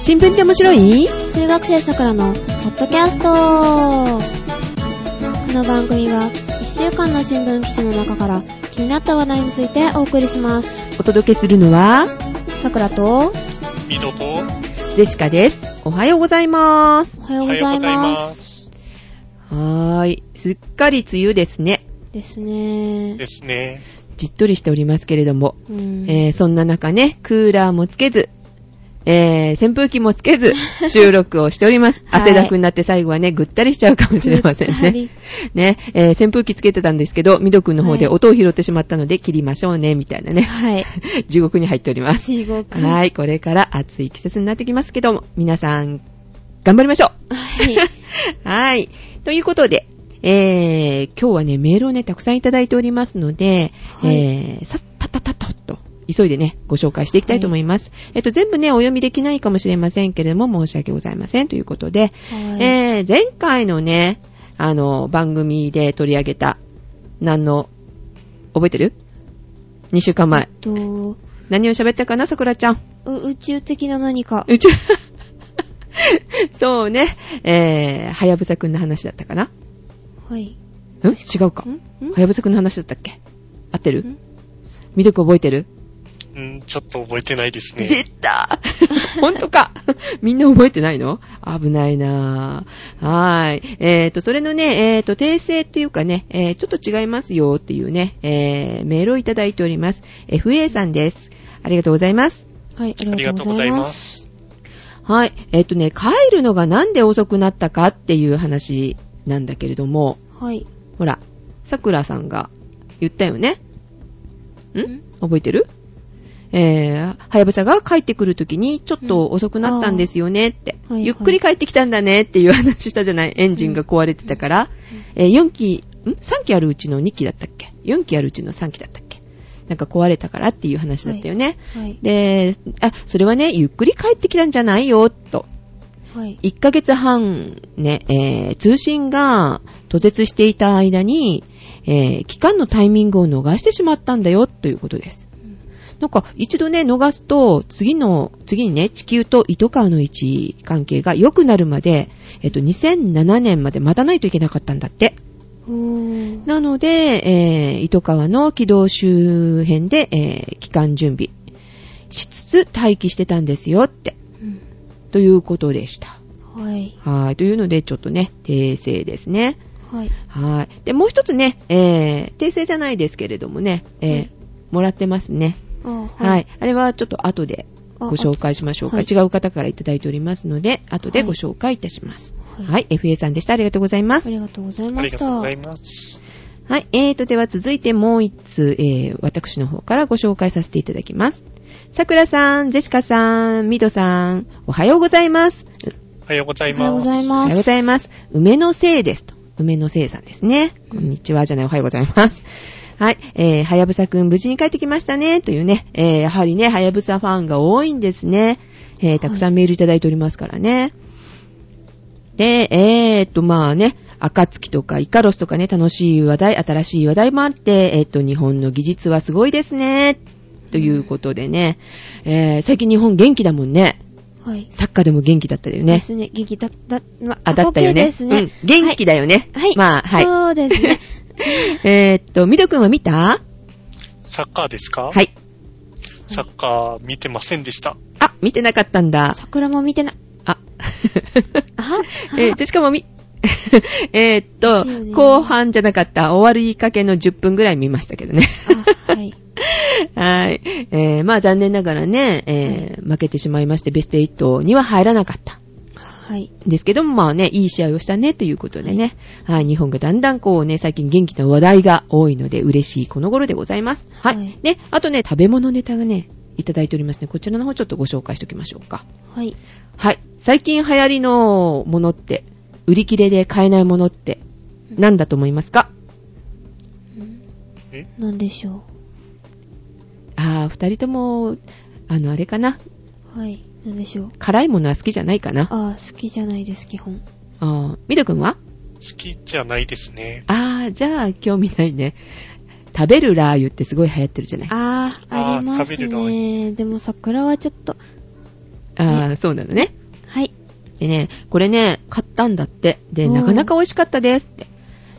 新聞って面白い中学生さくらのポッドキャストこの番組は1週間の新聞記事の中から気になった話題についてお送りしますお届けするのは、さくらとミドと、おはジェシカです。おはようございます。おはようございますす。はーい。すっかり梅雨ですね。ですねですね。じっとりしておりますけれども。うんえー、そんな中ね、クーラーもつけず、えー、扇風機もつけ ず、収録をしております。はい汗だくになって最後はね、ぐったりしちゃうかもしれませんね。ね、えー扇風機つけてたんですけど、みどくんの方ではい音を拾ってしまったので切りましょうね、みたいなね、はい 地獄に入っております。地獄ははい、これから暑い季節になってきますけども、皆さん、頑張りましょいう はい。ということで、えー、今日はね、メールをね、たくさんいただいておりますので、はいえー、さったたたたっと、急いでね、ご紹介していきたいと思います。えっと、全部ね、お読みできないかもしれませんけれども、申し訳ございませんということで、はいえー前回のね、あの、番組で取り上げた、何の、覚えてる ?2 週間えっ前。とう何を喋ったかな、さくらちゃん。宇宙的な何かうち、 そうね、えー、はやぶさくんの話だったかなはいん違うか。んんはやぶさくんの話だったっけ合ってるんみどく覚えてるうん、ちょっと覚えてないです出ね。た 本当かみんな覚えてないの危ないなぁ。はーい。えっ、と、それのね、えっ、と、訂正っていうかね、えーちょっと違いますよっていうね、えーメールをいただいております。FA さんです。ありがとうございます。はいあありりががととううごござざいいまますす。はい。えっ、とね、帰るのがなんで遅くなったかっていう話なんだけれども、はいほら、さくらさんが言ったよね。んん覚えてるえー、はやぶさが帰ってくるときに、ちょっと遅くなったんですよねって、うんあーはいゆっくり帰ってきたんだねっていう話したじゃないエンジンが壊れてたから。えー、4機、ん ?3 機あるうちの2機だったっけ ?4 機あるうちの3機だったっけなんか壊れたからっていう話だったよね。はいで、あ、それはね、ゆっくり帰ってきたんじゃないよ、と。はい1ヶ月半ね、えー通信が途絶していた間に、えー期間のタイミングを逃してしまったんだよということです。なんか一度ね、逃すと、次の、次にね、地球と糸川の位置関係が良くなるまで、えっと、2007年まで待たないといけなかったんだって。おーなので、えー、糸川の軌道周辺で、えー期間準備しつつ待機してたんですよって、うんということでした。はいはい。というので、ちょっとね、訂正ですね。はいはい。で、もう一つね、えー、訂正じゃないですけれどもね、えーはいもらってますね。あはい。はいあれはちょっと後であご紹介しましょうか。はい違う方からいただいておりますので、後でご紹介いたします。は、はいい FA さんでした。ありがとうございまあす。りがとうございあまりしがとうたございます。はい。えーと、では続いてもう一通、えー、私の方からご紹介させていただきます。さくらさん、ジェシカさん、ミドさん、おはようございます。おはようございおはようごます。ざいおはまようすございます。梅のせいですと。梅のせいさんですね。こうんんにちはじゃない、おはようございます。はい、えー、はやぶさくん無事に帰ってきましたね、というね、えー、やはりね、はやぶさファンが多いんですね。えー、たくさんメールいただいておりますからね。で、えー、っと、まあね、暁とかイカロスとかね、楽しい話題、新しい話題もあって、えーっと、日本の技術はすごいですね、ということでね、えー、最近日本元気だもんね。はい。サッカーでも元気だったよでね。すね。元気だ、だ、ま、あ、だったよ OK ねで。すね。うん。元気だよね。はい。まあ、はい。そうですね。えーっと、みどくんは見たサッカーですかはい。サッカー見てませんでした。 あ、見てなかったんだ。桜も見てない。あ。 あは、えー、ジェシカもみ、 えーっとですよ、ね後半じゃなかった、終わりかけの10分ぐらい見ましたけどね。あ、はい。 はい。えー、まあ残念ながらね、えー、負けてしまいまして、ベスト8には入らなかった。はい。ですけども、まあね、いい試合をしたねということでね、はい、日本がだんだんこうね、最近元気な話題が多いので嬉しいこの頃でございます。はい。はいね、あとね、食べ物ネタがね、いただいておりますね。こちらの方ちょっとご紹介しておきましょうか。はい。はい。最近流行りのものって、売り切れで買えないものって、何だと思いますかえなんでしょあー、二人とも、あの、あれかな。う。はい。なんでしょう。辛いものは好きじゃないかな。あ、好きじゃないです、基本。あー、みどくんは好きじゃないですね。あー、じゃあ、興味ないね。食べるラー油ってすごい流行ってるじゃないあー、あーあります食べるのはね。でも桜はちょっと、ああ、そうなのね。はい。でね、これね、買ったんだって。で、おーなかなか美味しかったですって。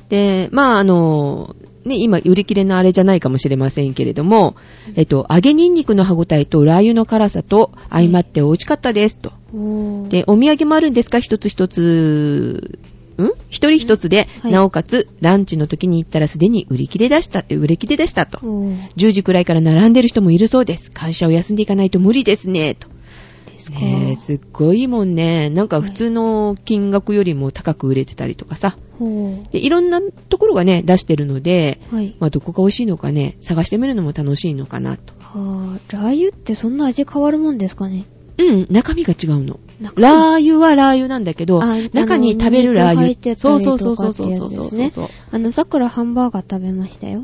で、まあ、あの、ね、今、売り切れのあれじゃないかもしれませんけれども、えっと、揚げニンニクの歯ごたえとラー油の辛さと相まって美味しかったですと。おー。で、お土産もあるんですか一つ一つ、ん一人一つで、はいなおかつ、ランチの時に行ったらすでに売り切れ出した、売り切れでしたと。おー。 10時くらいから並んでる人もいるそうです。会社を休んでいかないと無理ですね、と。ですか。ねえ、すっごいもんね。なんか普通の金額よりも高く売れてたりとかさ。ほう。でいろんなところがね、出してるので、はい。まあどこが美味しいのかね、探してみるのも楽しいのかなと。はぁ、ラー油ってそんな味変わるもんですかねうん、中身が違うの。中ラー油はラー油なんだけどあ、中に食べるラーあの油肉入ってたりとかそうそうそうそうそうそうってそうやつですねそう。あの、さくらハンバーガー食べましたよ。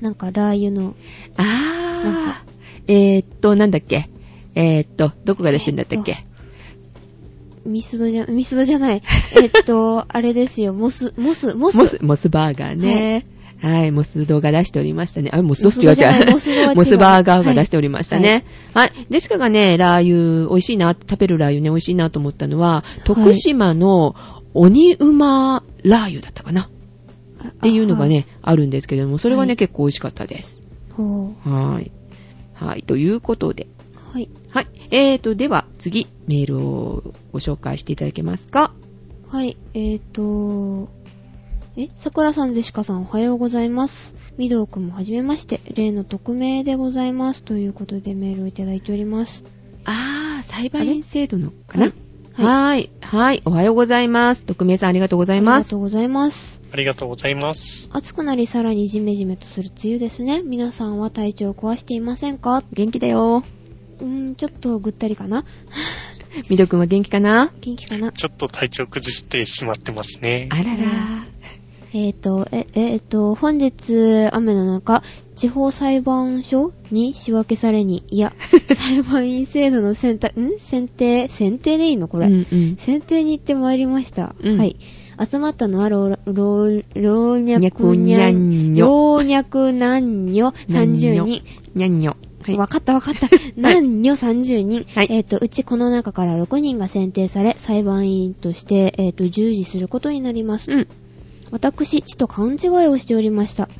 なんかラー油の。なんあかー。えー、っと、なんだっけ。えー、っと、どこが出してんだったっけ。ミスドじゃ、ミスドじ ゃない。えっと、あれですよ。モス、モス、モス。モス、モスバーガーね。はい、モス動画出しておりましたね。あ、モス違うモスじゃない違う。モス動は違うモスバーガーが出しておりましたね。はい。デシカがね、ラー油、美味しいな、食べるラー油ね、美味しいなと思ったのは、徳島の鬼馬ラー油だったかなあっていうのが。ね、あるんですけれども、それはね、はい結構美味しかったです。あほはい。はい、ということで。う。はい。はい。えーと、では、次、メールをご紹介していただけますか。はい、えーと、え、さくらさん、ゼシカさん、おはようございます。みどうくんもはじめまして、例の匿名でございます。ということでメールをいただいております。あー、裁判員制度のかなあはーい。はい。おはようございます。匿名さんありがとうございりまがすと。うございます。ありがとうございます。暑くなりさらにジメジメとする梅雨ですね。皆さんは体調を壊していませんか元気だよ。うーん、ちょっとぐったりかな みどくんは元気かな元気かなちょっと体調崩してしまってますね。あらら。えーと、え、えーと、本日、雨の中、地方裁判所に仕分けされに、 いや、裁判員制度の選択、ん選定、選定でいいのここれ。うんうん。選定に行ってまいりました。うんはい。集まったのは、老、老、老にゃ若こにゃんにょ。老若男女30人。にゃんにょ。わ、はい。かったわ かった。男女30人。はいえっ、と、うちこの中から6人が選定され、裁判員として、えっ、と、従事することになります。うん。私、ちと勘違いをしておりました。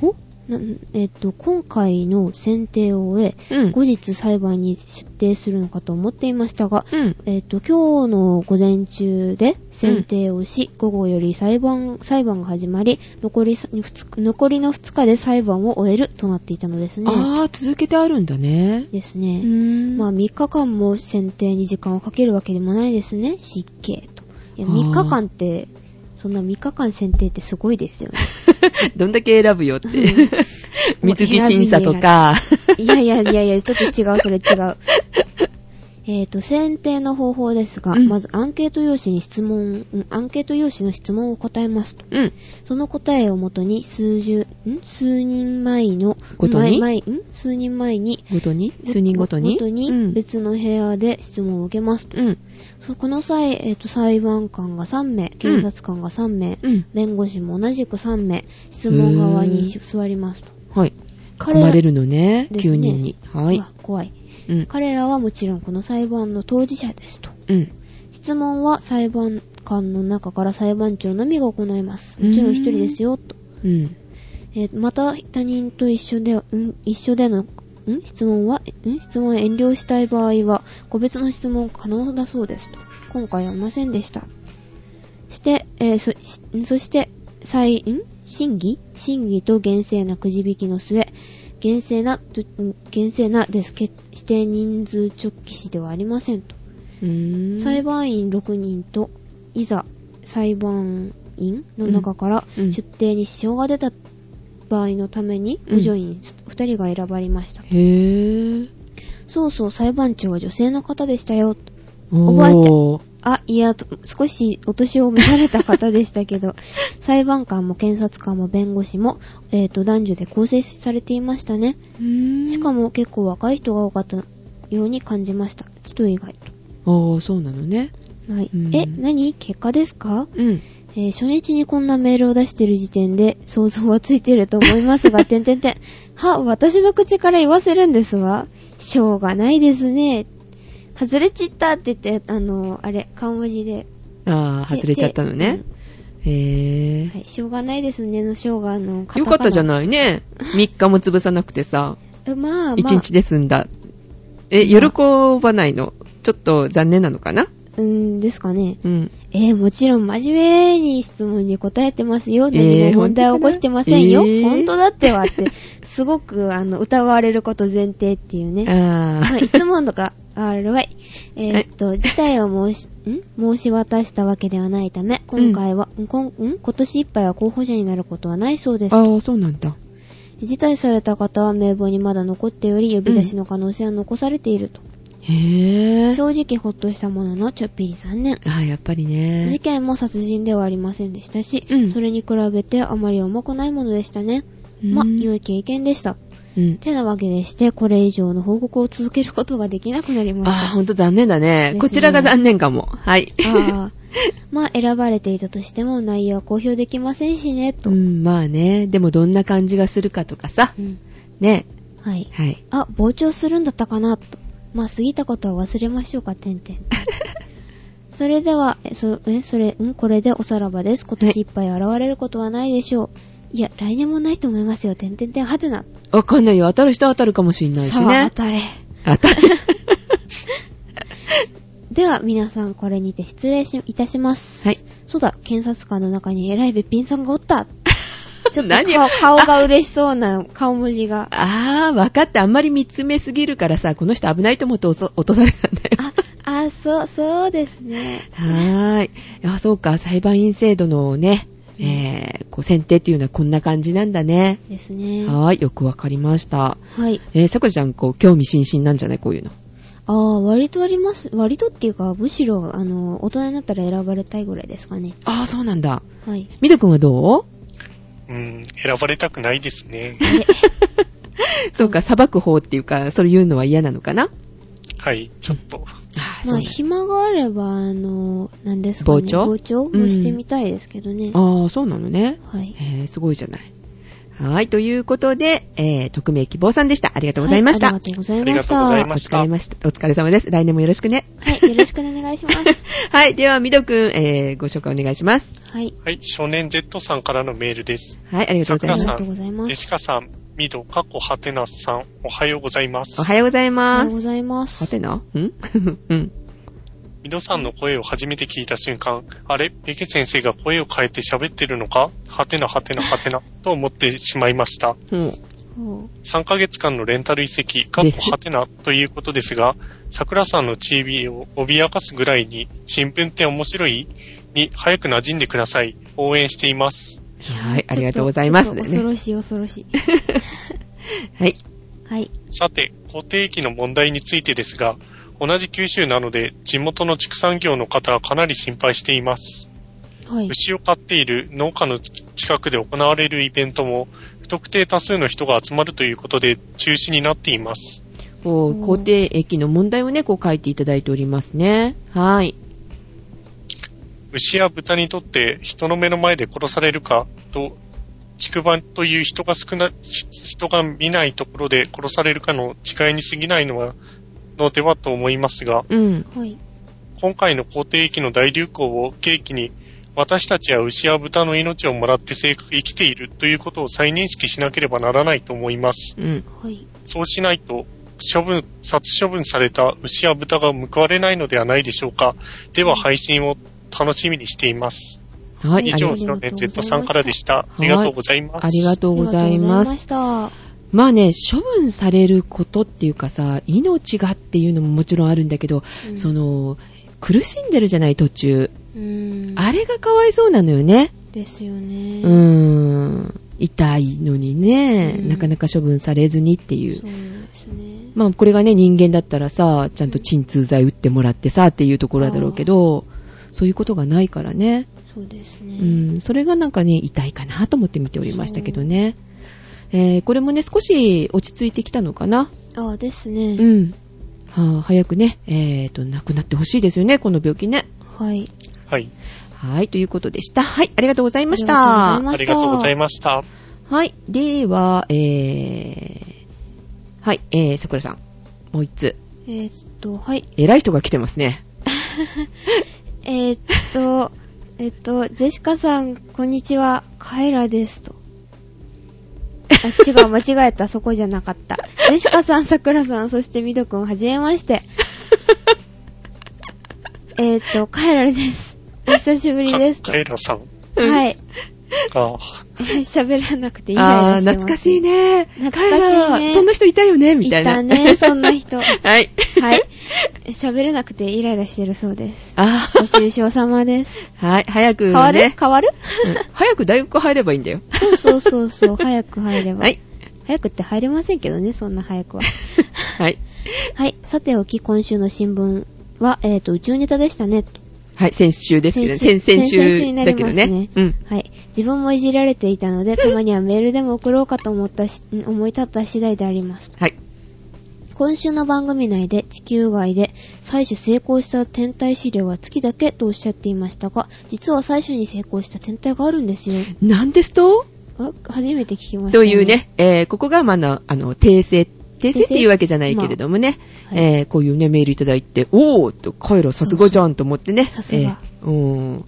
ほなんえっ、と、今回の選定を終え、うん。後日裁判に出廷するのかと思っていましたが、うん。えっ、と、今日の午前中で選定をし、午後より裁判、裁判が始まり、残りさ、ふつ残りの2日で裁判を終えるとなっていたのですね。あー、続けてあるんだね。ですうね。んまあま3日間も選定に時間をかけるわけでもないですね、失敬と。いや、あー3日間って、そんな3日間選定ってすごいですよね。 あ、 どんだけ選ぶよって。 水着審査とか。いやいやいやいや、ちょっと違う、それ違 う。えっと、選定の方法ですが、うんまずアンケート用紙に質問、うんアンケート用紙の質問を答えますと。うん。その答えをもとに数十、ん数人前の、ごとに前前ん数人前に、ごとに数人ごとにごとうんに別の部屋で質問を受けますと。うん。そうこの際、えっと裁判官が3名、検察官が3名、うん。弁護士も同じく3名、質問側に座りますと。はい。彼生らまれるのね。です9ね人に。はういわ。怖い。うん。彼らはもちろんこの裁判の当事者ですと。うん。質問は裁判官の中から裁判長のみが行います。もちろん一人ですよ、と。うん。えーまた他人と一緒で、ん一緒での、ん質問は、ん質問を遠慮したい場合は、個別の質問可能だそうですと。今回はいませんでした。して、えーそ、しそして、再、ん審議審議と厳正なくじ引きの末、厳正な、とん厳正なですけ、指定人数直帰死ではありませんと。うーん。裁判員6人と、いざ裁判員の中からうんうん出廷に支障が出た場合のために、うん補助員2人が選ばれました。へぇー。そうそう、裁判長は女性の方でしたよ。覚おあ、いや、と少しお年を召された方でした けど、裁判官も検察官も弁護士も、えっ、と、男女で構成されていましたね。えしか。も結構若い人が多かったように感じました。ちと以外ああ、そうなのね。と。はい。うんえ、何結果ですかうん。えー初日にこんなメールを出してる時点で想像はついてると思いま すが、てんてんてん。は、私の口から言わせるんですが、しょうがないですね。外れちったって言って、あの、あれ、顔文字で。ああ、で外れちゃったのね。へえ、はい、しょうがないですね、のしょうがのよかったじゃい。ないね。3日も 潰さなくてさ、えまあ、まあ、 1日で済んだ。え、喜ばないのちょっと残念なのかなうんですかね。うん。えーもちろん真面目に質問に答えてますよ。えー何も問題を起こしてませんよ。本当かなえー本当だってはって、すごく、あの、疑われること前提っていう ね。あまあ、いつものが、あるわい。えーっと、事態を申し、 ん申し渡したわけではないため、今回は、ん、こんん今年いっぱいは候補者になることはないそうですあ。。ああ、そうなんだ。辞退された方は名簿にまだ残っており、呼び出しの可能性は残されていると。へえ。正直ほっとしたものの、ちょっぴり残念。ああ、やっぱり事ね。件も殺人ではありませんでしたし、うんそれに比べてあまり重くないものでしたね。うんま、良い経験でした。うん。てなわけでして、これ以上の報告を続けることができなくなりまああ、しほんと残念だね。ですねこちらが残念かも。はい。た。ああ。まあ、選ばれていたとしても内容は公表できませんしね、と。うん、まあね。でもどんな感じがするかとかさう。んね。はい。はい。あ、傍聴するんだったかな、と。まあ、過ぎたことは忘れましょうか、てんてん。 それでは、え、そ、え、それ、んこれでおさらばです。今年いっぱい現れることはないでしょう。いや、来年もないと思いますよ、てんてんてん、はてな。わかんないよ。当たる人は当たるかもしんないしさあ、ね当。たれ。当たる。では、皆さん、これにて失礼しいたします。はい。そうだ、検察官の中に偉いべっぴんさんが おった。ちょっと何顔顔が嬉しそうな顔文字が。ああ、分かった。あんまり見つめすぎるからさ、この人危ないと思って落と落とされたんだ よ。あ、 あ、そう、そうですね。はーい。あ、そうか。裁判員制度のね、えー、こう選定っていうのはこんな感じなんだね。ですね。はーい。よくわかりました。はい。えー、さくらちゃん、こう、興味津々なんじゃないこういうの。ああ、割とあります。割とっていうか、むしろ、あの、大人になったら選ばれたいぐらいですかね。ああ、そうなんだ。はい。みどくんはどううん、選ばれたくないです ね。そうか、裁く方っていうか、それ言うのは嫌なのかなはい、ちょっと。ああ、まそうあ、なんだ暇があれば、あの、何ですかね。傍聴傍聴もしてみたいですけどね。ああ、そうなのね。はい。えー、すごいじゃない。はーい。ということで、えー、匿名希望さんでした。ありがとうございました。はいありがとうございましありがとうござたい。ましたお疲れました。お疲れ様です。来年もよろしくね。はい、よろしくお願いします。 はい。では、みどくん、えー、ご紹介お願いします。はい、はい、少年 Z さんからのメールです。はい。ありがとうございまありす。がとうございまジェす。シカさん、ミド、カッコ、ハテナさん、おはようございます。おはようございおはよまうすご。ざいまはす。てなうん うん。ミドさんの声を初めて聞いた瞬間、あれ、ペケ先生が声を変えて喋ってるのかハテナハテナハテナ と思ってしまいました。うん。ほ3ヶ月間のレンタル移籍、かっこはてなということですが、桜さんの地位を脅かすぐらいに、新聞って面白いに早く馴染んでください。応援しています。うはいちょっ。ありがとうございます。ちょだっと恐よねろしい、恐ろし い。はい。はい。さて、固定機の問題についてですが、同じ九州なので、地元の畜産業の方はかなり心配しています。はい。牛を飼っている農家の近くで行われるイベントも、不特定多数の人が集まるということで中止になっています。こう、お肯ー定液の問題をね、こう書いていただいておりますね。はい。牛や豚にとって人の目の前で殺されるかと、畜番という人が少な、し人が見ないところで殺されるかの違いに過ぎないのは、のではと思いますが、うん。はい。今回の肯定疫の大流行を契機に、私たちは牛や豚の命をもらって生生きているということを再認識しなければならないと思います。うん。はい。そうしないと、処分、殺処分された牛や豚が報われないのではないでしょうか。では配信を楽しみにしています。は。はい以あり上、がシロネ Z さんからでした。ありがとうございます。ありがとうございま。ありがとうございますした。まあね、処分されることっていうかさ、命がっていうのももちろんあるんだけど、うんそ、の、苦しんでるじゃない途中。うん。あれがかわいそうなのよね。ですようね。ーん。痛いのにね、うんなかなか処分されずにっていうそう。ですね。まあこれがね、人間だったらさ、ちゃんと鎮痛剤打ってもらってさっていうところだろうけど、そういうことがないからね。そうですうね。ん。それがなんかね、痛いかなと思って見ておりましたけどね。えー、これもね、少し落ち着いてきたのかな。ああ、ですね。うん。はあ、早くね、えーと、亡くなってほしいですよね、この病気ね。はい。はい。はい、ということでした。はい、ありがとうございましたありがとうござい。まあしたりがとうございました。はい、では、えー、はい、えー、桜さん、もう一つ。えーっと、はい。偉い人が来てますね。えーっと、 えーっと、ジェシカさん、こんにちは。カエラですと。あ、違う、間違 えた。そこじゃなかった。ジェシカさん、さくらさん、そしてミドくん、はじめま して。えーっと、カエラです。お久しぶりですと。カエラさんはい。 が、喋らなくていいあー、懐かしいね。懐かしいね彼らそんな人いたよねみいたいな。たね、そんな人。は はい。い。喋れなくてイライラしてるそうです。あご愁傷様です。ー、はい。早く、ね。変わる変わるうん早く大学入ればいいんだよ。そう そうそうそう、早く入れば。はい。早くって入れませんけどね、そんな早くは。 はい。はい。さておき、今週の新聞は、えっ、と、宇宙ネタでしたね。とはい、先週ですけどね。先々週だけど先々週になりねま。すうん。はい。自分もいじられていたので、たまにはメールでも送ろうかと思ったし、 ん思い立った次第であります。はい。今週の番組内で地球外で採取成功した天体資料は月だけとおっしゃっていましたが、実は採取に成功した天体があるんですよ。なんですとあ初めて聞きました、という。ね、えーここが、まあな、あの、訂正、訂正っていうわけじゃないけれどもね、まあえーこういうね、メールいただいて、おーっと、カイロさすがじゃんと思ってね。さすがえーうーん。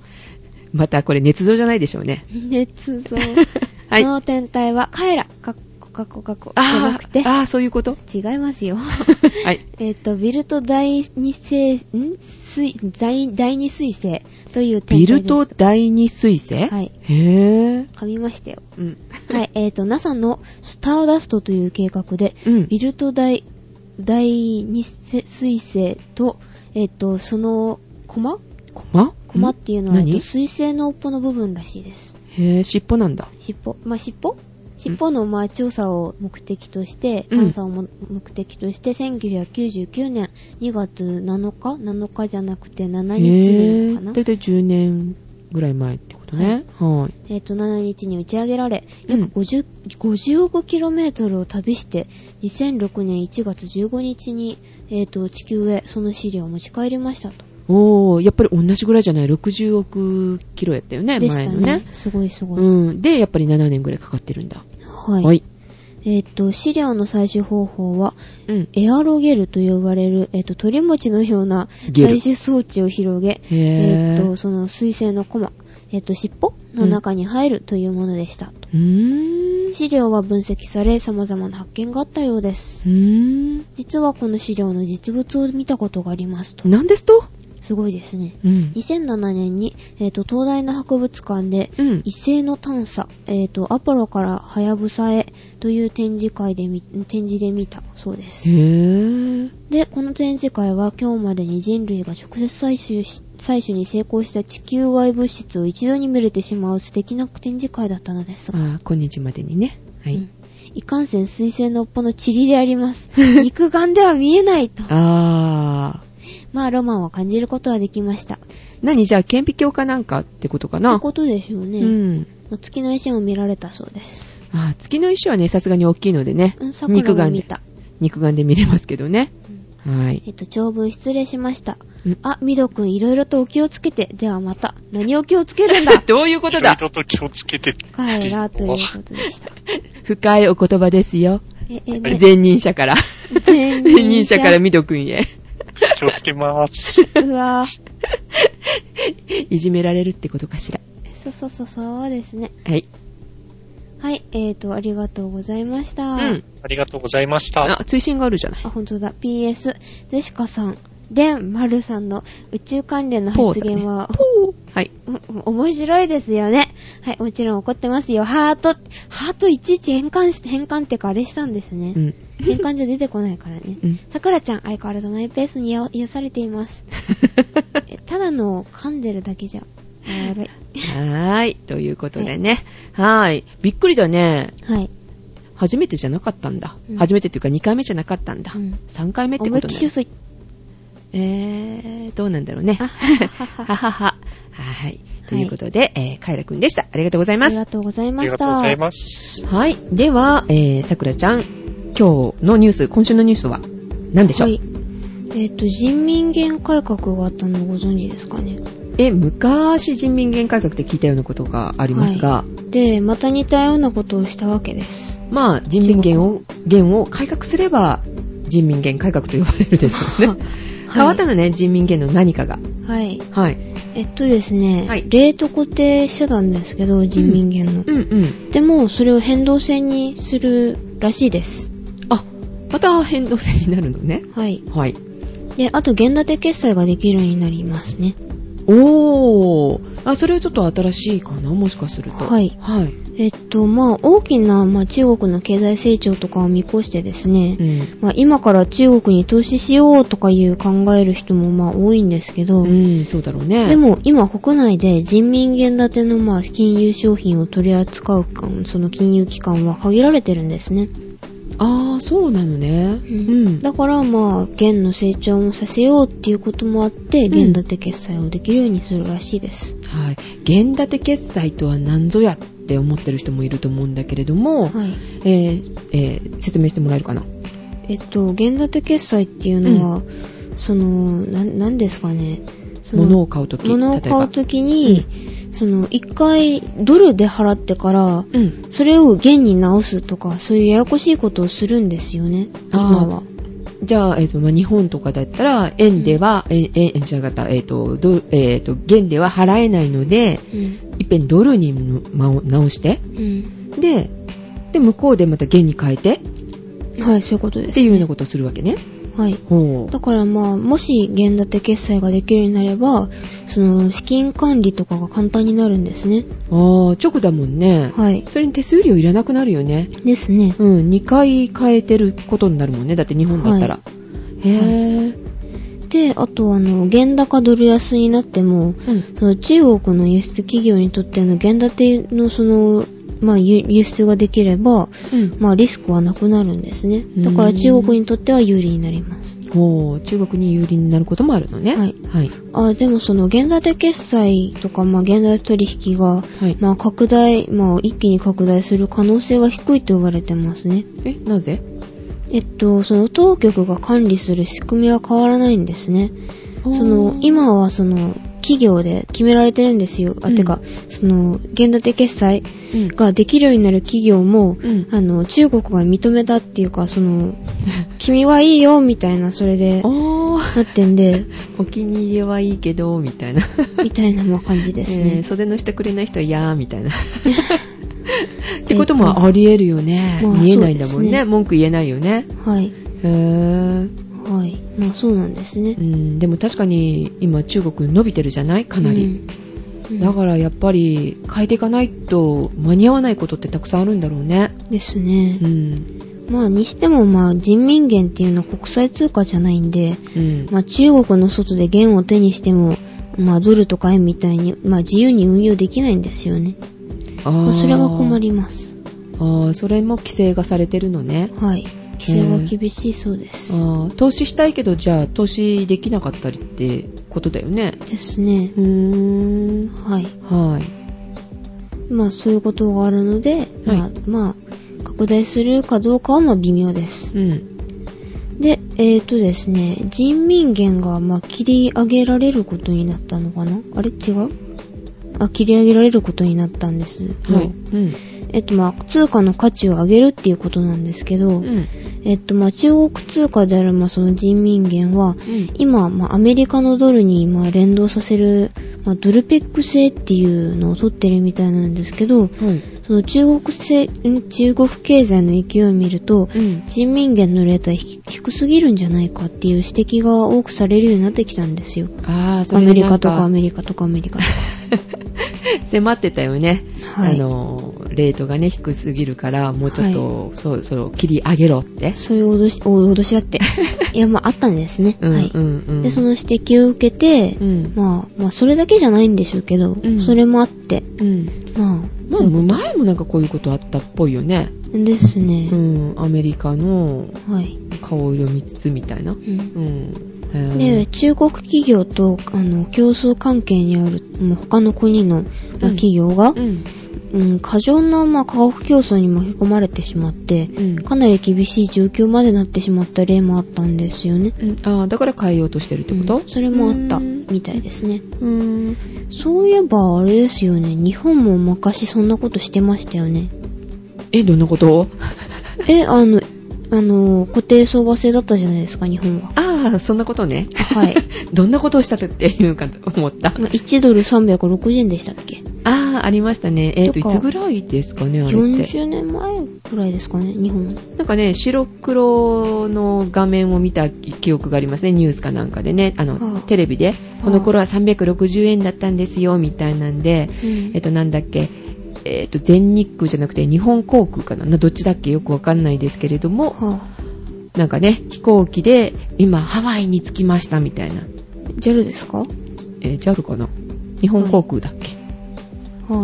また、これ、捏造じゃないでしょうね。 熱像。 はいこの天体はカエラ、かっこかっこかっこ、じゃなあくてー、、あーそういうこと。違いますよ。 はい。えっと、ビルト第二星、ん水、第第二水星という天体ビです。ルト第二彗星はい。へー。噛みましたよ。 うん。はい、えっ、と、NASA のスターダストという計画で、うんビルト第、第二水星と、えっ、と、その、コマコマコマっていうのは、えっ何と、水星の尾っぽの部分らしいです。へー、尻尾なんだ。尻尾。まあ、尻尾尻尾の、まあ、調査を目的として、うん探査をも目的として、1999年2月7日 ?7 日じゃなくて7日へにかなー、だいたい10年ぐらい前ってことね。はい。えっ、と、7日に打ち上げられ、うん約 50,、50億キロメートルを旅して、2006年1月15日に、えっ、と、地球へその資料を持ち帰りましたと。おー、やっぱり同じぐらいじゃない、60億キロやったよね、でし前たのねね。。すごいすごい。うん。で、やっぱり7年ぐらいかかってるんだ。はい。はい。えっ、と、資料の採取方法は、うん。エアロゲルと呼ばれる、えっ、と、鳥餅のようなゲル採取装置を広げ、へえー。っ、と、その水星のコマ、えっ、と、尻尾の中に入るというものでしたと。うーん。う資料は分析され、様々な発見があったようです。ーん。実はこの資料の実物を見たことがありますと。なんですとすごいですね。うん。 2007年に、えっ、と、東大の博物館で、うん異。星の探査、えっ、と、アポロからハヤブサへという展示会で見、展示で見たそうでへす。ー。で、この展示会は今日までに人類が直接採取し、採取に成功した地球外物質を一度に見れてしまう素敵な展示会だったのですが、あー、今日までにね。はういん。いかんせん水星の尾っぽの塵であります。肉眼では見えないと。あー。まあ、ロマンを感じることはできました。何じゃあ、顕微鏡かなんかってことかってなことでしょうね。うん。月の石も見られたそうです。あー、月の石はね、さすがに大きいのでねうん、。桜肉も眼見で、た。肉眼で見れますけどね。うんはいえ。っと、長文失礼しましたうん。あ、みどくんいろいろとお気をつけて。ではまた。何を気をつけるんだ どういうこいとろいだろと気をつけて、カエラということでした。深いお言葉ですよ。え、え、ね、前任者から。前前任者からミド君へ。気をつけ ます。うわぁ。いじめられるってことかしら。そうそうそう、そうですね。はい。はい、えっ、と、ありがとうございました。うん。ありがとうございました。あ、追伸があるじゃないあ、。ほんとだ。PS、ゼシカさん、レン、マルさんの宇宙関連の発言は、ポー。はい。うん面白いですよね。はい、もちろん怒ってますよ。ハート、ハートいちいち変換して、変換ってかあれしたんですね。うん。変換じゃ出てこないからね うん。さくらちゃん、相変わらずマイペースに癒癒されてい ます。えただの噛んでるだけじゃ、あれ。はーい。ということでね。はーい。びっくりだね。はい。初めてじゃなかったんだ。うん初めてっていうか2回目じゃなかったんだ。うん3回目って思いことっきねり。薄い。えー、どうなんだろうね。あは はははははは。はい。ということで、えー、カイラくんでした。ありがとうございあまりすが。とうございあまりしがとうごた。ざいます。はい。では、えー、さくらちゃん、今日のニュース、今週のニュースは何でしょう、はい。えっ、と、人民元改革があったのご存知ですかね。え、昔人民元改革って聞いたようなことがありますが、で、また似たようなことをしたわけです。まあ、人民元を、元を改革すれば、人民元改革と呼ばれるでしょ うね。変わったのね、人民元の何かが。はい。はい。えっとですね、はいレート固定してたんですけど、人民元の。うんうん。でも、それを変動制にするらしいです。あ、また変動制になるのね。はい。はい。で、あと、現立て決済ができるようになりますね。おー。あ、それはちょっと新しいかな、もしかすると。はいはい。えっと、まあ、大きな、まあ、中国の経済成長とかを見越してですね、うん。まあ、今から中国に投資しようとかいう考える人も、まあ、多いんですけど、うん、そうだろうね。で、も今国内で人民元建てのまあ金融商品を取り扱うかその金融機関は限られてるんですね。あー、そうなのね。うん。だからまあ元の成長もさせようっていうこともあってうん元建て決済をできるようにするらしいです。はい。現立て決済とは何ぞやって思ってる人もいると思うんだけれども、はい。えーえー説明してもらえるかな。えっと元建て決済っていうのは、そのなんなんですかね。その物を買うとき、物を買う例えときに、その一回ドルで払ってからば。うん。それを元に直すとかそういうややこしいことをするんですよね。あー今は。じゃあ、えっ、と、まあ、日本とかだったら、円では、円、円、円じゃなかった、えっ、と、ど、えっ、と、元では払えないので、うん。いっぺんドルにのまを直して、うん。で、で、向こうでまた元に変えて、はい、そういうことです。っていうようなことをするわけね。はい。ほう。だからまあ、もし、現立て決済ができるようになれば、その、資金管理とかが簡単になるんですね。ああ、直だもんね。はい。それに手数料いらなくなるよね。ですね。うん、2回変えてることになるもんね。だって日本だったら。はへぇ、で、あと、あの、原高ドル安になっても、うん。その、中国の輸出企業にとっての原立てのその、まあ、輸輸出ができれば、うん。まあ、リスクはなくなるんですね。だうからん中国にとっては有利になります。ほう、中国に有利になることもあるのね。はいはい。あ、でもその、原立て決済とか、まあ、原立て取引が、はい。まあ拡大、まあ一気に拡大する可能性は低いと言われてますね。え、なぜえっと、その当局が管理する仕組みは変わらないんですね。その、、今はその、企業で決められてるんですよ。あ、うんてか、その、現立て決済うん。ができるようになる企業も、うん。あの、中国が認めたっていうか、その、君はいいよ、みたいな、それで、 おー、なってんで、お気に入りはいいけど、みたいな。みたいなまあ感じですえーね。袖の下くれない人は嫌み たいな。ってこともあり得るよね。まあ見えないんだもんね。そうですね文句言えないよね。はい。へー。はい。まあそうなんですねう。ん、でも確かに今中国伸びてるじゃないかなり。うん。うんだからやっぱり変えていかないと間に合わないことってたくさんあるんだろうね。ですねう。ん。まあにしてもまあ人民元っていうのは国際通貨じゃないんで、うん。まあ中国の外で元を手にしても、まあドルとか円みたいに、まあ自由に運用できないんですよね。あまーあそれが困。ります。あーそれも規制がされてるのね。はい。規制は厳しいそうです。あー投資したいけど、じゃあ投資できなかったりってことだよね。ですね。うーん。はい。はい。まあそういうことがあるので、まはあい、まあ、拡大するかどうかはまあ微妙です。うん。で、えーとですね、人民元がまあ切り上げられることになったのかなあれ違うあ、切り上げられることになったんです。はい。もううん。えっとまあ、通貨の価値を上げるっていうことなんですけど、うん。えっとまあ、中国通貨であるまあその人民元は、うん今、まあ、アメリカのドルにまあ連動させる、まあ、ドルペック制っていうのを取ってるみたいなんですけど、はい。その中国せん中国経済の勢いを見ると、うん。人民元のレートは低低すぎるんじゃないかっていう指摘が多くされるようになってきたんですよ。ああ、そアれメでリなカんとかアか メリカとかアメリカとか。迫ってたよね。 はい。あのー、レートがね、低すぎるから、もうちょっと、そう、そう、切り上げろって。そういう脅し、お脅しだ って。いや、まあ、あったんですね。うん、はい、うん、うん。で、その指摘を受けて、うん。まあ、まあ、それだけじゃないんでしょうけど、んそれもあって、うん。まあ、まあ、前もなんかこういうことあったっぽいよね。ですねう。ん、アメリカのはい。顔色見つつみたいな。うんうん。へーで、中国企業と、あの、競争関係にある、もう他の国の、まあ、企業が、うん。うん、過剰な、まあ、価格競争に巻き込まれてしまって、うん。かなり厳しい状況までなってしまった例もあったんですよね。うんああ、だから変えようとしてるってこと、うんそれもあったうん。みたいですね。うんそういえば、あれですよね。日本 も昔そんなことしてましたよね。え、どんなこと え、あの、あのー固定相場制だったじゃないですか、日本は。ああ、そんなことね。 はい。どんなことをしたっていうかと思った。まあ1ドル360円でしたっけああ、ありましたね。えっ、と、いとかつぐらいですかね、あれって。 40年前くらいですかね、日本は。なんかね、白黒の画面を見た記憶がありますね、ニュースかなんかでね。あの、はあテレビで、この頃は360円だったんですよ、みたいなんで、えっ、と、なんだっけ。えっ、と、全日空じゃなくて日本航空かななどっちだっけよくわかんないですけれども、はなんかね、飛行機で、今、ハワイに着きました、みたいな。ぁ、ジェルですかはえー、JAL かな日本航空だっけ、ぁ、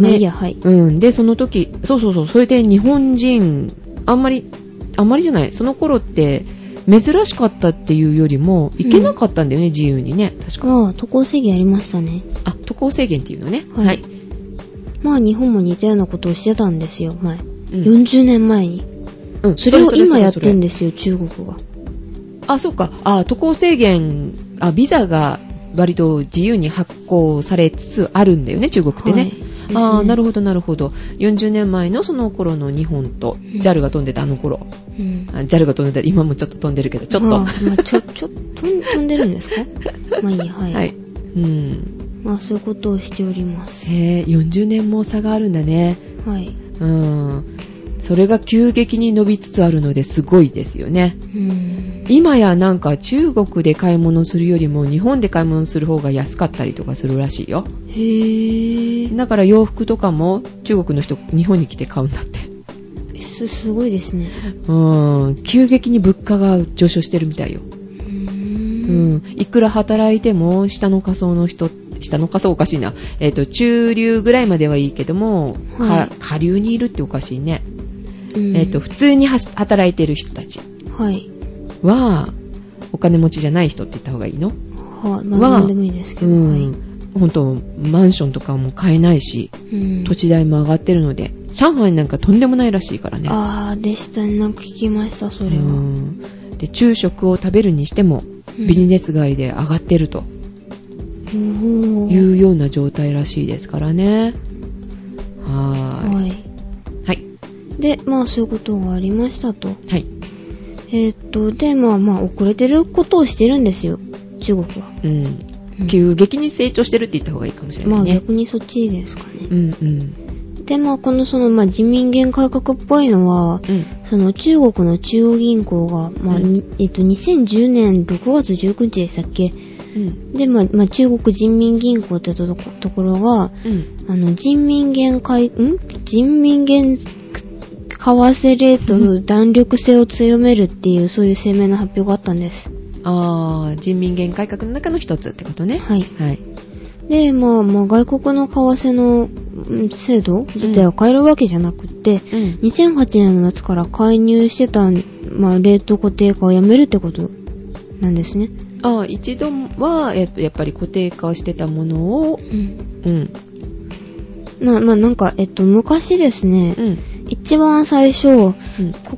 まあいいや、はい。うん。で、その時、そうそうそう、それで日本人、あんまり、あんまりじゃない、その頃って、珍しかったっていうよりも、行けなかったんだよね、自由にね。確か。ああ、渡航制限ありましたね。あ、渡航制限っていうのね。はいまあ日本も似たようなことをしてたんですよ、前。うん40年前に。うんそれを今やってんで。ですよ、中国が。あ、そうか。あ、渡航制限、あ、ビザが割と自由に発行されつつあるんだよね、中国ってね。はいああ、なるほほど、なるほど。40年前のその頃の日本と、ん JAL が飛んでたあの頃。ど。うんあ JAL が飛んでた、今もちょっと飛んでるけど、ちょっまと。あ、まあちょ、ちょ、飛ん飛んでるんですかまあいいや、はい。はい。うん。まあそういうことをしております。へえ、40年も差があるんだね。はい。うん。それが急激に伸びつつあるのですごいですよね。うん。今やなんか中国で買い物するよりも日本で買い物する方が安かったりとかするらしいよ。へぇだから洋服とかも中国の人日本に来て買うんだって。ー。す、すごいですね。うん。急激に物価が上昇してるみたいよ。う。うんん、いくら働いても下の仮想の人下の仮想おかしいな、えっと中流ぐらいまではいいけども、はかい下流にいるっておかしいね、うんえっと普通にはし働いてる人たちはい。はお金持ちじゃない人って言った方がいいの、は、まはあ、なんでもいいですけうど、はい。ん、本当マンションとかも買えないしうん土地代も上がってるので上海なんかとんでもないらしいからねあー、でしたね。なんか聞きました、そうれは。んで昼食を食べるにしてもビジネス街で上がってると。ス。おいー。うような状態らしいですからね。ははい。ーい。はい。で、まあ、そういうことがありましたと。はい。えーっと、で、まあまあ、遅れてることをしてるんですよ、中国は。うん。うん急激に成長してるって言った方がいいかもしれなまいあ、ね。逆にそっちですかうね。んうん。で、まあ、このその、まあ、人民元改革っぽいのは、うん。その中国の中央銀行が、まあ、うんにえっと、2010年6月19日でしたっけうん。で、まあ、まあ、中国人民銀行ってとこところが、うん。あの、人民元会、ん人民元為替レートの弾力性を強めるっていう、そういう声明の発表があったんです。あー、人民元改革の中の一つってことね。はい。はい。で、まあ、まあ、外国の為替のうん制度自体を変えるわけじゃなくて、うん。 2008年の夏から介入してた、まあ、レート固定化をやめるってことなんですね。あー、一度は、えっとやっぱり固定化してたものを、うん。まあ、まあ、なんか、えっと、昔ですね、うん。一番最初、うん。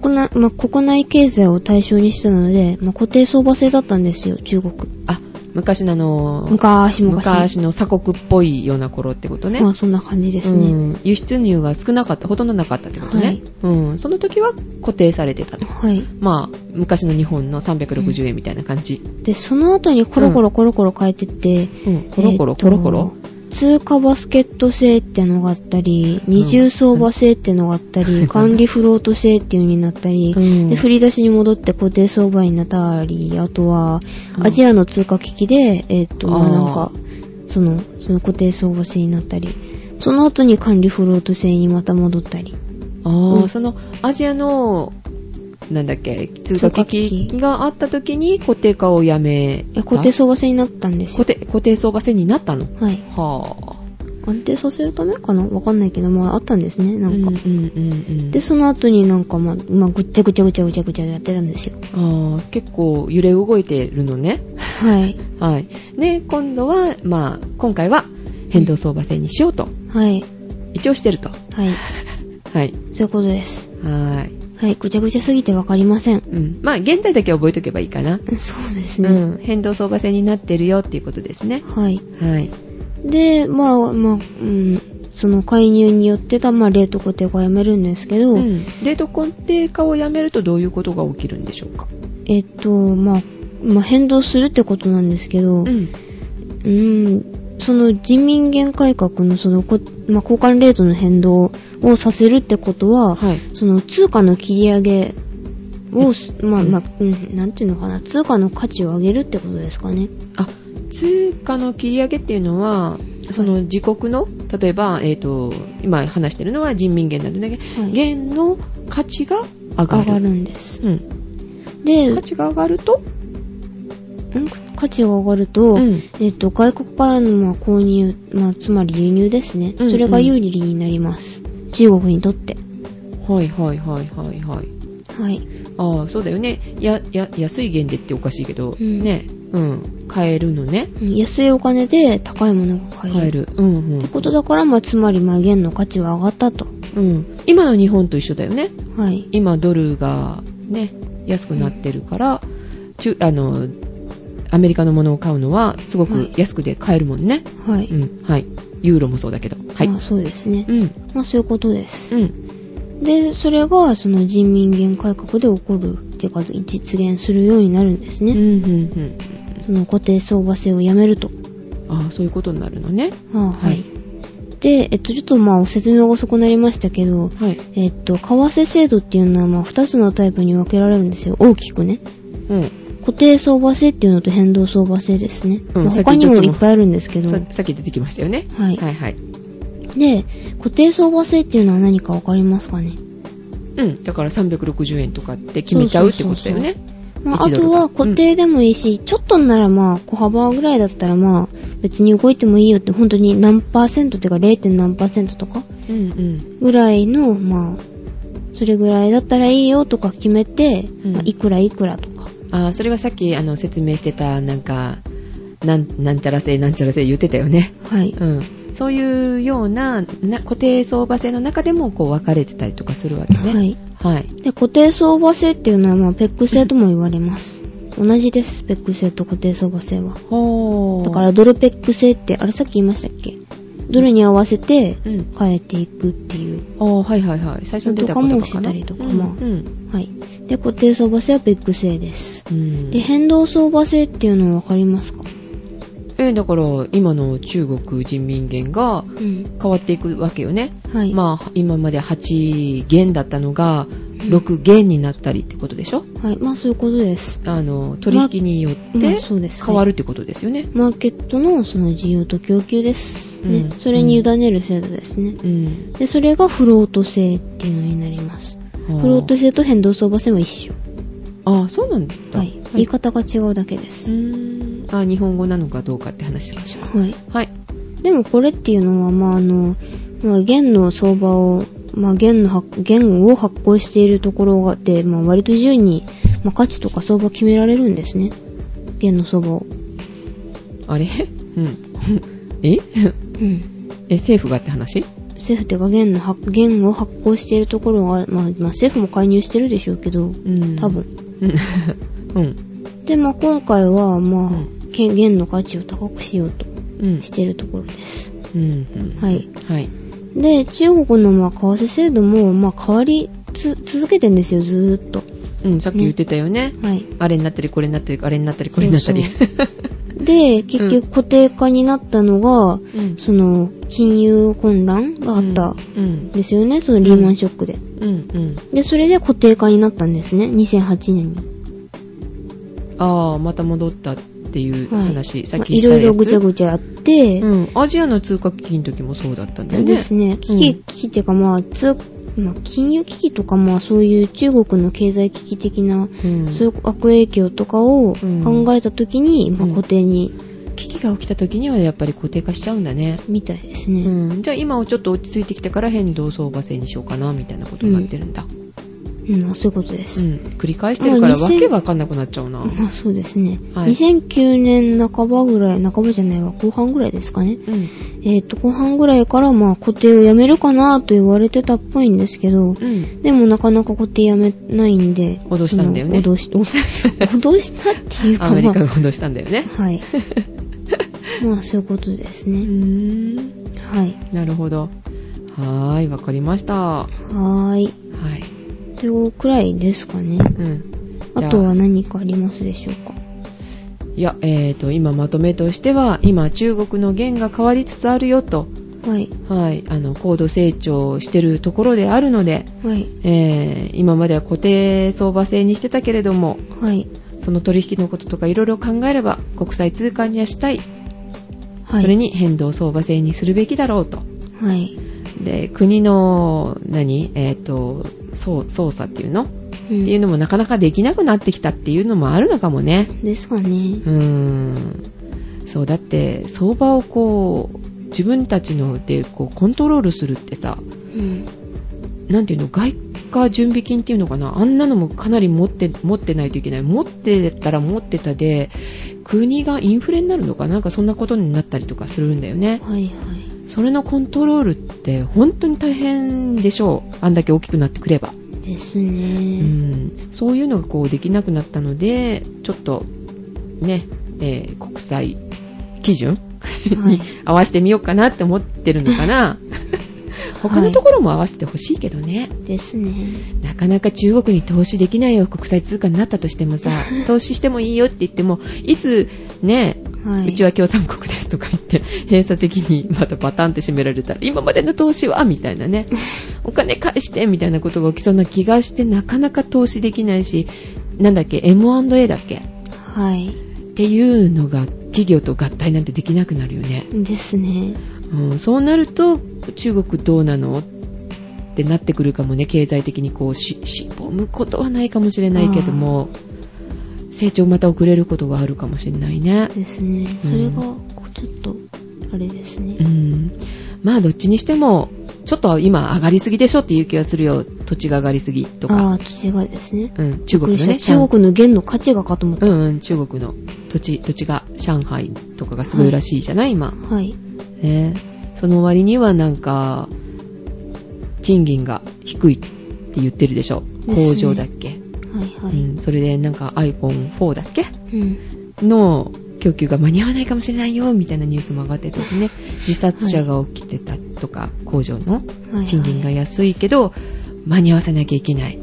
国内、まあ、国内経済を対象にしてたので、まあ、固定相場制だったんですよ、中国。あ、昔のあのー、昔、昔。昔の鎖国っぽいような頃ってことね。まあ、そんな感じですね。うん、輸出入が少なかったほとんどなかったってことね、はいうん、その時は固定されてたとはい。まあ昔の日本の360円みたいな感じ、で、その後にコロコロコロコロ変えてって、うんコロコえロっとコロコロ、通貨バスケット制ってのがあったり、二重相場制ってのがあったり、 うん管理フロート制っていうのになったり、うんで振り出しに戻って固定相場になったり、あとはうんアジアの通貨危機で、えっ、と、まああーなんか、その、その固定相場制になったり、その後に管理フロート制にまた戻ったり。ああ、うんそのアジアのなんだっけ通貨危機があった時に固定化をやめえ固定相場制になったんです固よ。定固定相場制になったのはい。は安定させるためかなわかんないけど、まああったんですね、あなんか。うんうんうんうんで、その後になんかまあ、まあ、ぐっちゃぐちゃぐちゃぐちゃぐちゃやってたんですよ。ああ結構揺れ動いてるのねはい。はいで今度はまあ今回は変動相場制にしようと、はい。一応してるとはい。はいそういうことです。はい。はい。ぐちゃぐちゃすぎてわかりません。うん。まあ、現在だけ覚えとけばいいかな。そうでうすね。ん。変動相場制になってるよっていうことですね。はい。はい。で、まあ、まあ、うん。その介入によってた、まあ、冷凍固定化をやめるんですけど、うん、冷凍根底化をやめるとどういうことが起きるんでしょうか、えっと、まあ、まあ、変動するってことなんですけど、ん、うん、その人民元改革のそのこ、まあ、交換レートの変動をさせるってことは、はいその通貨の切り上げをす、まあまあ、うん、なんていうのかな、通貨の価値を上げるってことですかね。あ通貨の切り上げっていうのはその自国の例えば、えー、と今話してるのは人民元なんだけど、はい元の価値が上が上るがるんです。うん、で、価値が上がると、うん価値が上がると、うんえっと、外国からのまあ購入、まあ、つまり輸入ですね、うんそれが有利になります。中国にとって。はいはいはいはいはいはい。ああそうだよねやや安い元でっておかしいけど、うんねうん買えるのねうん安いお金で高いものが買える。買える、うんうんってことだから、まあ、つまり、まあ、元の価値は上がったと。うん、今の日本と一緒だよねはい。今ドルがね安くなってるから、中あのアメリカのものを買うのはすごはくい安くで買えるもんね、はい。うんはいユーロもそうだけどはいまあ、そうですね。うんまあ、そういうことです。うんで、それが、その人民元改革で起こるっていうか、実現するようになるんですうんうね。んうんその固定相場制をやめると。ああそういうことになるのねああははいい。で、えっと、ちょっとまあ、説明が遅くなりましたけど、はいえっと、為替制度っていうのは、まあ、二つのタイプに分けられるんですよ。大きくね。うん固定相場制っていうのと変動相場制ですね。うんまあさっき他にもどっちいもっぱいあるんですけど。ささっき出てきましたよねはい。はいはいで、固定相場制っていうのは何かわかりますかね、うんだから360円とかって決めちゃうってことだよねまあ、あ1ドルとがは固定でもいいし、ちょっとならまあ、小幅ぐらいだったらまあ、別に動いてもいいよって、本当に何パーセントっていうか 0. 何パーセントとかうんうんぐらいの、まあ、それぐらいだったらいいよとか決めて、うんまあ、いくらいくらとか。ああそれがさっきあの説明してたなんかなんなんちゃらせいなんちゃらせい言ってたよねはい。うん、そういうようなな固定相場制の中でもこう分かれてたりとかするわけね。ははい。い。で、固定相場制っていうのはまあ、ペック制とも言われます。同じです、ペック制と固定相場制は。ほーだから、ドルペック制って、あれさっき言いましたっけドルに合わせてうん。変えていくっていう。ああ、はいはいはい。最初に出たことかなとかもしてたりとかもうん。はい。で、固定相場制はペック制です。うん、で、変動相場制っていうのはわかりますかえだから、今の中国人民元がうん。変わっていくわけよね。はい。まあ、今まで8元だったのが6元になったりってことでしょ、はい。まあ、そういうことです。あの、取引によってまあそうですね変わるってことですよね。マーケットのその需要と供給です。ね。うんそれに委ねる制度ですね。うん。で、それがフロート制っていうのになります。あフロート制と変動相場制は一緒。ああ、そうなんだ。はい。言い方が違うだけです。うーんあ日本語なのかどうかって話かしらはい。はいでもこれっていうのは、まあ、あの、まあ、元の相場を、まあ、元の発、元を発行しているところが、で、まあ、割と自由に、まあ、価値とか相場決められるんですね。元の相場を。あれうん えうん。え政府がって話政府っていうか、元の発、元を発行しているところが、まあ、まあ、政府も介入してるでしょうけ ど、うん多分。うんうんで、まあ、今回は、うまあん、け元の価値を高くしようとうんしているところです。うんうんはい。はいで、中国の、まあ、為替制度も、まあ、変わりつ、続けてんですよ、ずーっと。うんさっき言ってたよねはい。あれになったりこれになったりあれになったりこれになったりそう で、結局固定化になったのが、うんその、金融混乱があったんうんですよね、そのリーマンショックで。うんうんで、それで固定化になったんですね、2008年に。ああまた戻ったっていう話、さっまあきいしたやろついろぐちゃぐちゃあって、うんアジアの通貨危機の時もそうだったんだよねですね、危機、うん危機っていうかまあ、つ、まあ、金融危機とかまあ、そういう中国の経済危機的な、うんそういう悪影響とかをうん考えたときに、まあ、うん固定に、危機が起きた時にはやっぱり固定化しちゃうんだねみたいですね。うん、じゃあ今はちょっと落ち着いてきたから変動相場制にしようかなみたいなことになってるんだ、うん、まあそういうことでうす。ん繰り返してるからまわあ2000けわかんなくなっちゃうな、まあそうですね。はい2009年半ばぐらい、半ばじゃないわ、後半ぐらいですかね。うんえっ、と、後半ぐらいからまあ固定をやめるかなと言われてたっぽいんですけど、 うん、でもなかなか固定やめないんで。脅したんだよねその脅し、 脅したっていうか、アメリカまが運動したんだよ ねあ、はい。まあそういうことですうね。ーんはい。なるほどはーい、わかりました。ははーい。い。というくらいですかね。うん。あじゃとは何かありますでしょうかいや、えー、と、今まとめとしては、今中国の元が変わりつつあるよと、はい。はい、あの、高度成長してるところであるので、はい。えー、今までは固定相場制にしてたけれども、はい。その取引のこととかいろいろ考えれば、国際通貨にはしたい。はい。それに変動相場制にするべきだろうと。はい。で、国の、何えっ、と、そう操作っていうの、うんっていうのもなかなかできなくなってきたっていうのもあるのかもね。ですかう。ねーん。そう、だって、相場をこう、自分たちのでこうコントロールするってさ、うん。なんていうの、外貨準備金っていうのかな、あんなのもかなり持って、持ってないといけない。持ってたら持ってたで、国がインフレになるのかなんかそんなことになったりとかするんだよね。はいはい。それのコントロールって本当に大変でしょう。あんだけ大きくなってくれば。ですうね。ん、そういうのがこうできなくなったので、ちょっとね、えー国際基準はい。合わせてみようかなって思ってるのかな。他のところも合わせてほしいけどね、ですね。なかなか中国に投資できないよ、国際通貨になったとして もさ、投資してもいいよって言っても、いつね、はい。うちは共産国ですとか言って、閉鎖的にまたバタンって閉められたら、今までの投資はみたいな ね、お金返してみたいなことが起きそうな気がして、なかなか投資できないし、なんだっけ、M&A だっけっはい。ていうのが、企業と合体なんてできなくなるよね。ですね。うん、そうなると、中国どうなのってなってくるかもね、経済的にこうし、しぼむことはないかもしれないけども、成長また遅れることがあるかもしれないね。ですね。それが、こうちょっと、あれですねう。んまあどっちにしても、ちょっと今上がりすぎでしょっていう気がするよ。土地が上がりすぎとか。ああ、土がですね。うん、中び国っくりのしね。た中国の元の価値がかと思っ上た。うんうん、中国の土地、土地が上海とかがすごいらしいじゃない、今。はい。ね。その割にはなんか、賃金が低いって言ってるでしょ。ね工場だっけ、はいはうい。ん、それでなんか iPhone4 だっけうん。の供給が間に合わないかもしれないよ、みたいなニュースも上がってたしね。自殺者が起きてたとか、工場の。はいはい賃金が安いけど、間に合わせなきゃいけない。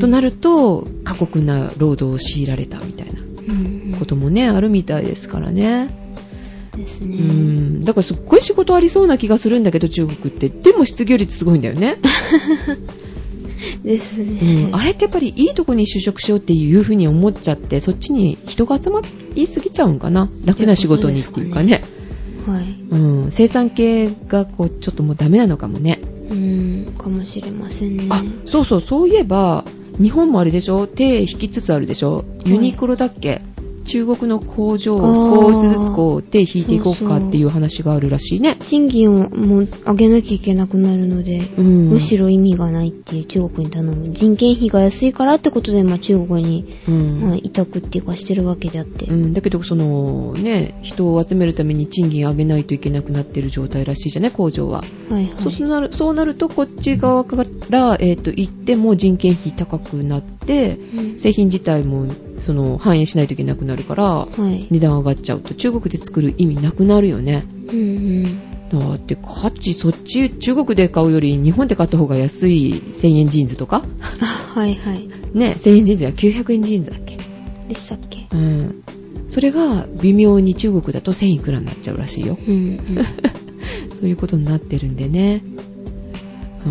となると、過酷な労働を強いられたみたいなうんうんこともね、あるみたいですからね。ですうね。ん。だからすっごい仕事ありそうな気がするんだけど、中国って。でも失業率すごいんだよね。ですうね ん。。あれってやっぱりいいとこに就職しようっていうふうに思っちゃって、そっちに人が集まりすぎちゃうんかな。楽な仕事にっていうかね。はい。うん。生産系がこう、ちょっともうダメなのかもね。うん、かもしれませんね。あそうそうそういえば日本もあれでしょ手引きつつあるでしょいユニクロだっけ、中国の工場あをー少しずつこう手引いていこうかっていう話があるらしいね賃金をもう上げなきゃいけなくなるので、うんむしろ意味がないっていう中国に頼む。人件費が安いからってことで、まあ中国に、うん、まあ委託っていうかしてるわけであってう。ん、だけどそのね人を集めるために賃金上げないといけなくなってる状態らしいじゃない工場は、はいはい。そうすなるそうなるとこっち側から、えー、と行っても人件費高くなってうん製品自体もその反映しないといけなくなるからはい。値段上がっちゃうと中国で作る意味なくなるよねうんうん。だって価値そっち中国で買うより日本で買った方が安い1000円ジーンズとかあ、はいはい。ね1000円ジーンズや900円ジーンズだっけでしたっけうんそれが微妙に中国だと1000いくらになっちゃうらしいよ うんうん。そういうことになってるんでね、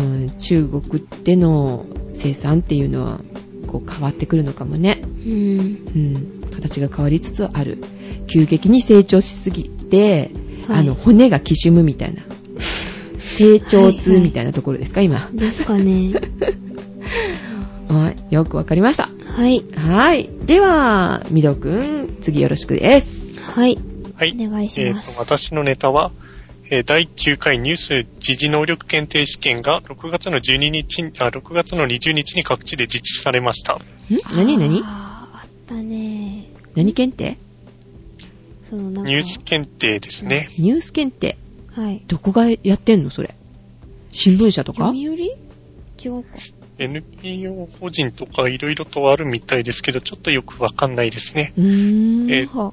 うん、中国での生産っていうのはこう変わってくるのかもねうん。うん形が変わりつつある急激に成長しすぎて、はいあの骨がきしむみたいな成長痛みたいなところですか、ですかね。今はいよくわかりましたはい。はいではみどくん次よろしくですはい。はい。お願いしまえすーと私のネタは、えー第9回ニュース時事能力検定試験が6月の12日に、あ、6月の20日に各地で実施されました。ん何何あーあったね。何検定そのなんか。ニュース検定ですね。ニュース検定はい。どこがやってんのそれ新聞社とか読売違うか。 NPO 法人とかいろいろとあるみたいですけど、ちょっとよくわかんないですね。うーんえーは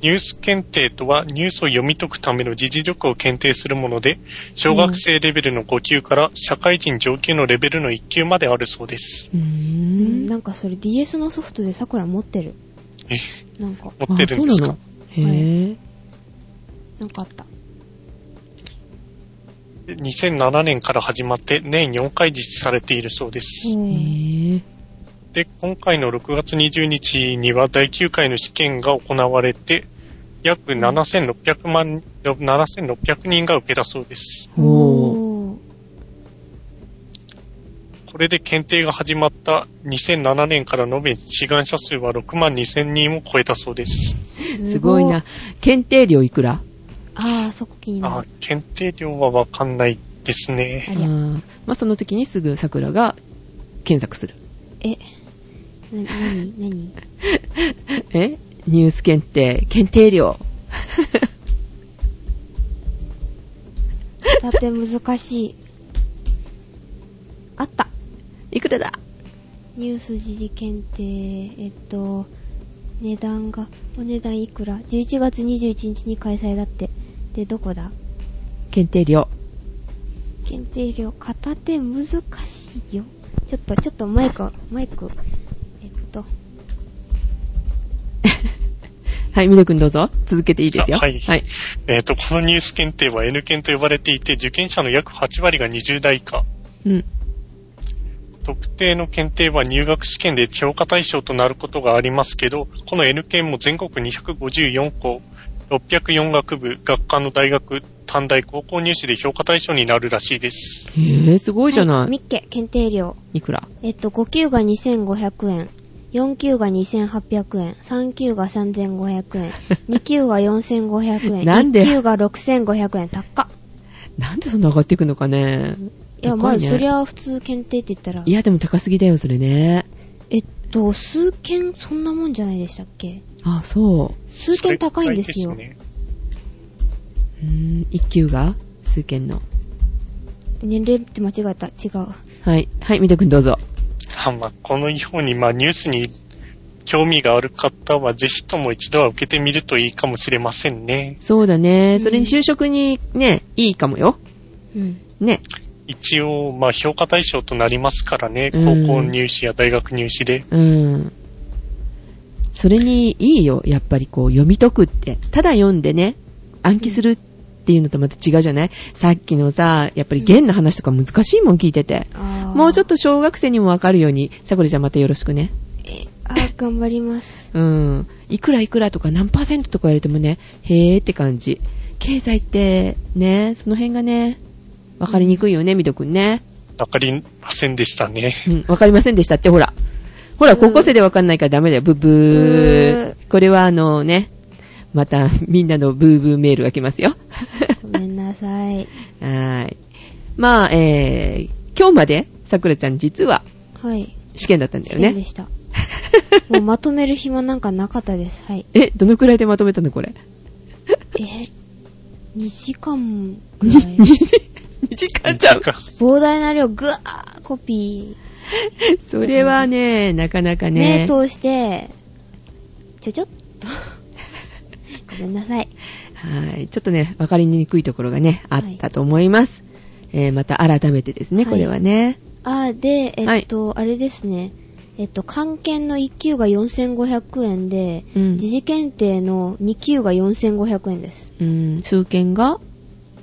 ニュース検定とはニュースを読み解くための時事力を検定するもので、小学生レベルの5級から社会人上級のレベルの1級まであるそうです。うーうんん、なんかそれ DS のソフトで桜持ってる。なんか、持ってるんですかあそうなのへぇ、なんかあった。 ?2007 年から始まって年4回実施されているそうです。えーで、今回の6月20日には第9回の試験が行われて、約7600万、7600人が受けたそうです。おーおーこれで検定が始まった2007年から延べ志願者数は6万2000人を超えたそうです。すごいな。。検定料いくらああ、そこ気になある。検定量はわかんないですね。あありゃーまあ、その時にすぐ桜が検索する。え、な、なに、なにえニュース検定、検定料。だって難しい。あった。いくらだニュース時事検定、えっと、値段が、お値段いくら ?11 月21日に開催だって。で、どこだ検定料。検定料、片手難しいよ。ちょっと、ちょっとマイク、マイク。えっと、 はい、みどくんどうぞ。続けていいですよ。あはいはい。えっ、と、このニュース検定は N 検と呼ばれていて、受験者の約8割が20代以下。うん。特定の検定は入学試験で評価対象となることがありますけど、この N 検も全国254校、604学部、学科の大学、短大、高校入試で評価対象になるらしいです。へぇ、すごいじゃはない。ミッケ、検定料。い、くらえっと、5級が2500円。4級が2800円。3級が3500円。2級 が4500円。なんで1級が6500円。高っ。なんでそんな上がっていくのかね。いや、高まいあ、ねそりゃ普通検定って言ったらい。や、でも高すぎだよ、それね。えっと、数件そんなもんじゃないでしたっけあ、そ数件高いんですよ。それくらいですねう。うーん、1級が数件の。年齢って間違えた。違う。はい。はい、みどくんどうぞ。あまあ、このように、まあ、ニュースに興味がある方は、ぜひとも一度は受けてみるといいかもしれませんね。そうだね。うんそれに就職にね、いいかもよ。うん。ね。一応、まあ、評価対象となりますからね。う高ん校入試や大学入試で。うん。それにいいよ。やっぱりこう、読み解くって。ただ読んでね、暗記するっていうのとまた違うじゃないさっきのさ、やっぱり弦の話とか難しいもん聞いてて。あーもうちょっと小学生にもわかるように、さくらちゃんまたよろしくね。えあー、頑張ります。うん。いくらいくらとか何パーセントとか言われてもね、へーって感じ。経済って、ね、その辺がね、わかりにくいよね、みどくんね。わかりませんでしたね。うん、わかりませんでしたって、ほら。ほら、うん高校生でわかんないからダメだよ、ブーブうー。これはあのね、またみんなのブーブーメールが来ますよ。 ごめんなさい。はーい。まあ、えー、今日まで、さくらちゃん実ははい。試験だったんだよでね。した。もうまとめる暇なんかなかったです。はい。え、どのくらいでまとめたのこれ。 えー、2時間 ぐらい。 2時、2時 間ちゃう。膨大な量、ぐわーコピそれはね、なかなかー。ね目。通して、ちょちょっ と。ごめんなさい。はい。ちょっとね、わかりにくいところがね、あったと思います。えー、また改めてですね、はいこれはね。あー、で、えっと、あれですね。えっと、漢検の1級が4500円で、うん時事検定の2級が4500円です。うん、数件が、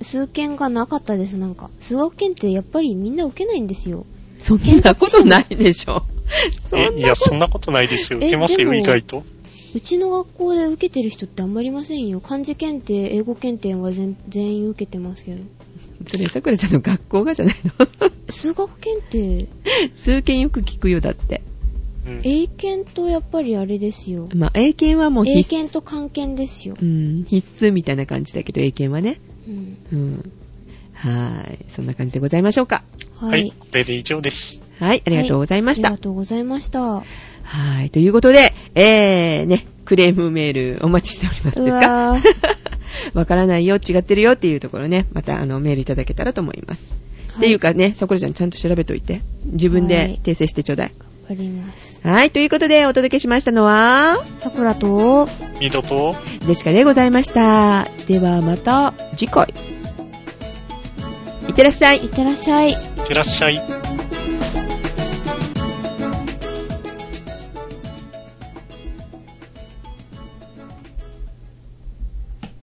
数件がなかったです、なんか。数学検定やっぱりみんな受けないんですよ。そんなことないでしょ。そんなえいや、そんなことないですよ。え受けますよ、でも意外と。うちの学校で受けてる人ってあんまりいませんよ。漢字検定、英語検定は全全員受けてますけど。それ、さくらちゃんの学校がじゃないの数学検定、数件よく聞くよ、だって。うん英検とやっぱりあれですよ。まあ、英検はもう必須。英検と漢検ですよ。うん、必須みたいな感じだけど、英検はね。うん。うん。はーい。そんな感じでございましょうか。は。はいい、これで以上です。はい、ありがとうございましあたり。がとうございました。はい。ということで、えー、ね、クレームメールお待ちしておりますうですかわ ーわからないよ、違ってるよっていうところね、またあのメールいただけたらと思います。っていうか。かね、さくらちゃんちゃんと調べといて。自分はいで訂正してちょうだい。頑張ります。はい、ということでお届けしましたのは、さくらと、二度と、ジェシカでございました。ではまた次回。いってらっしゃい。いってらっしゃい。いってらっしゃい。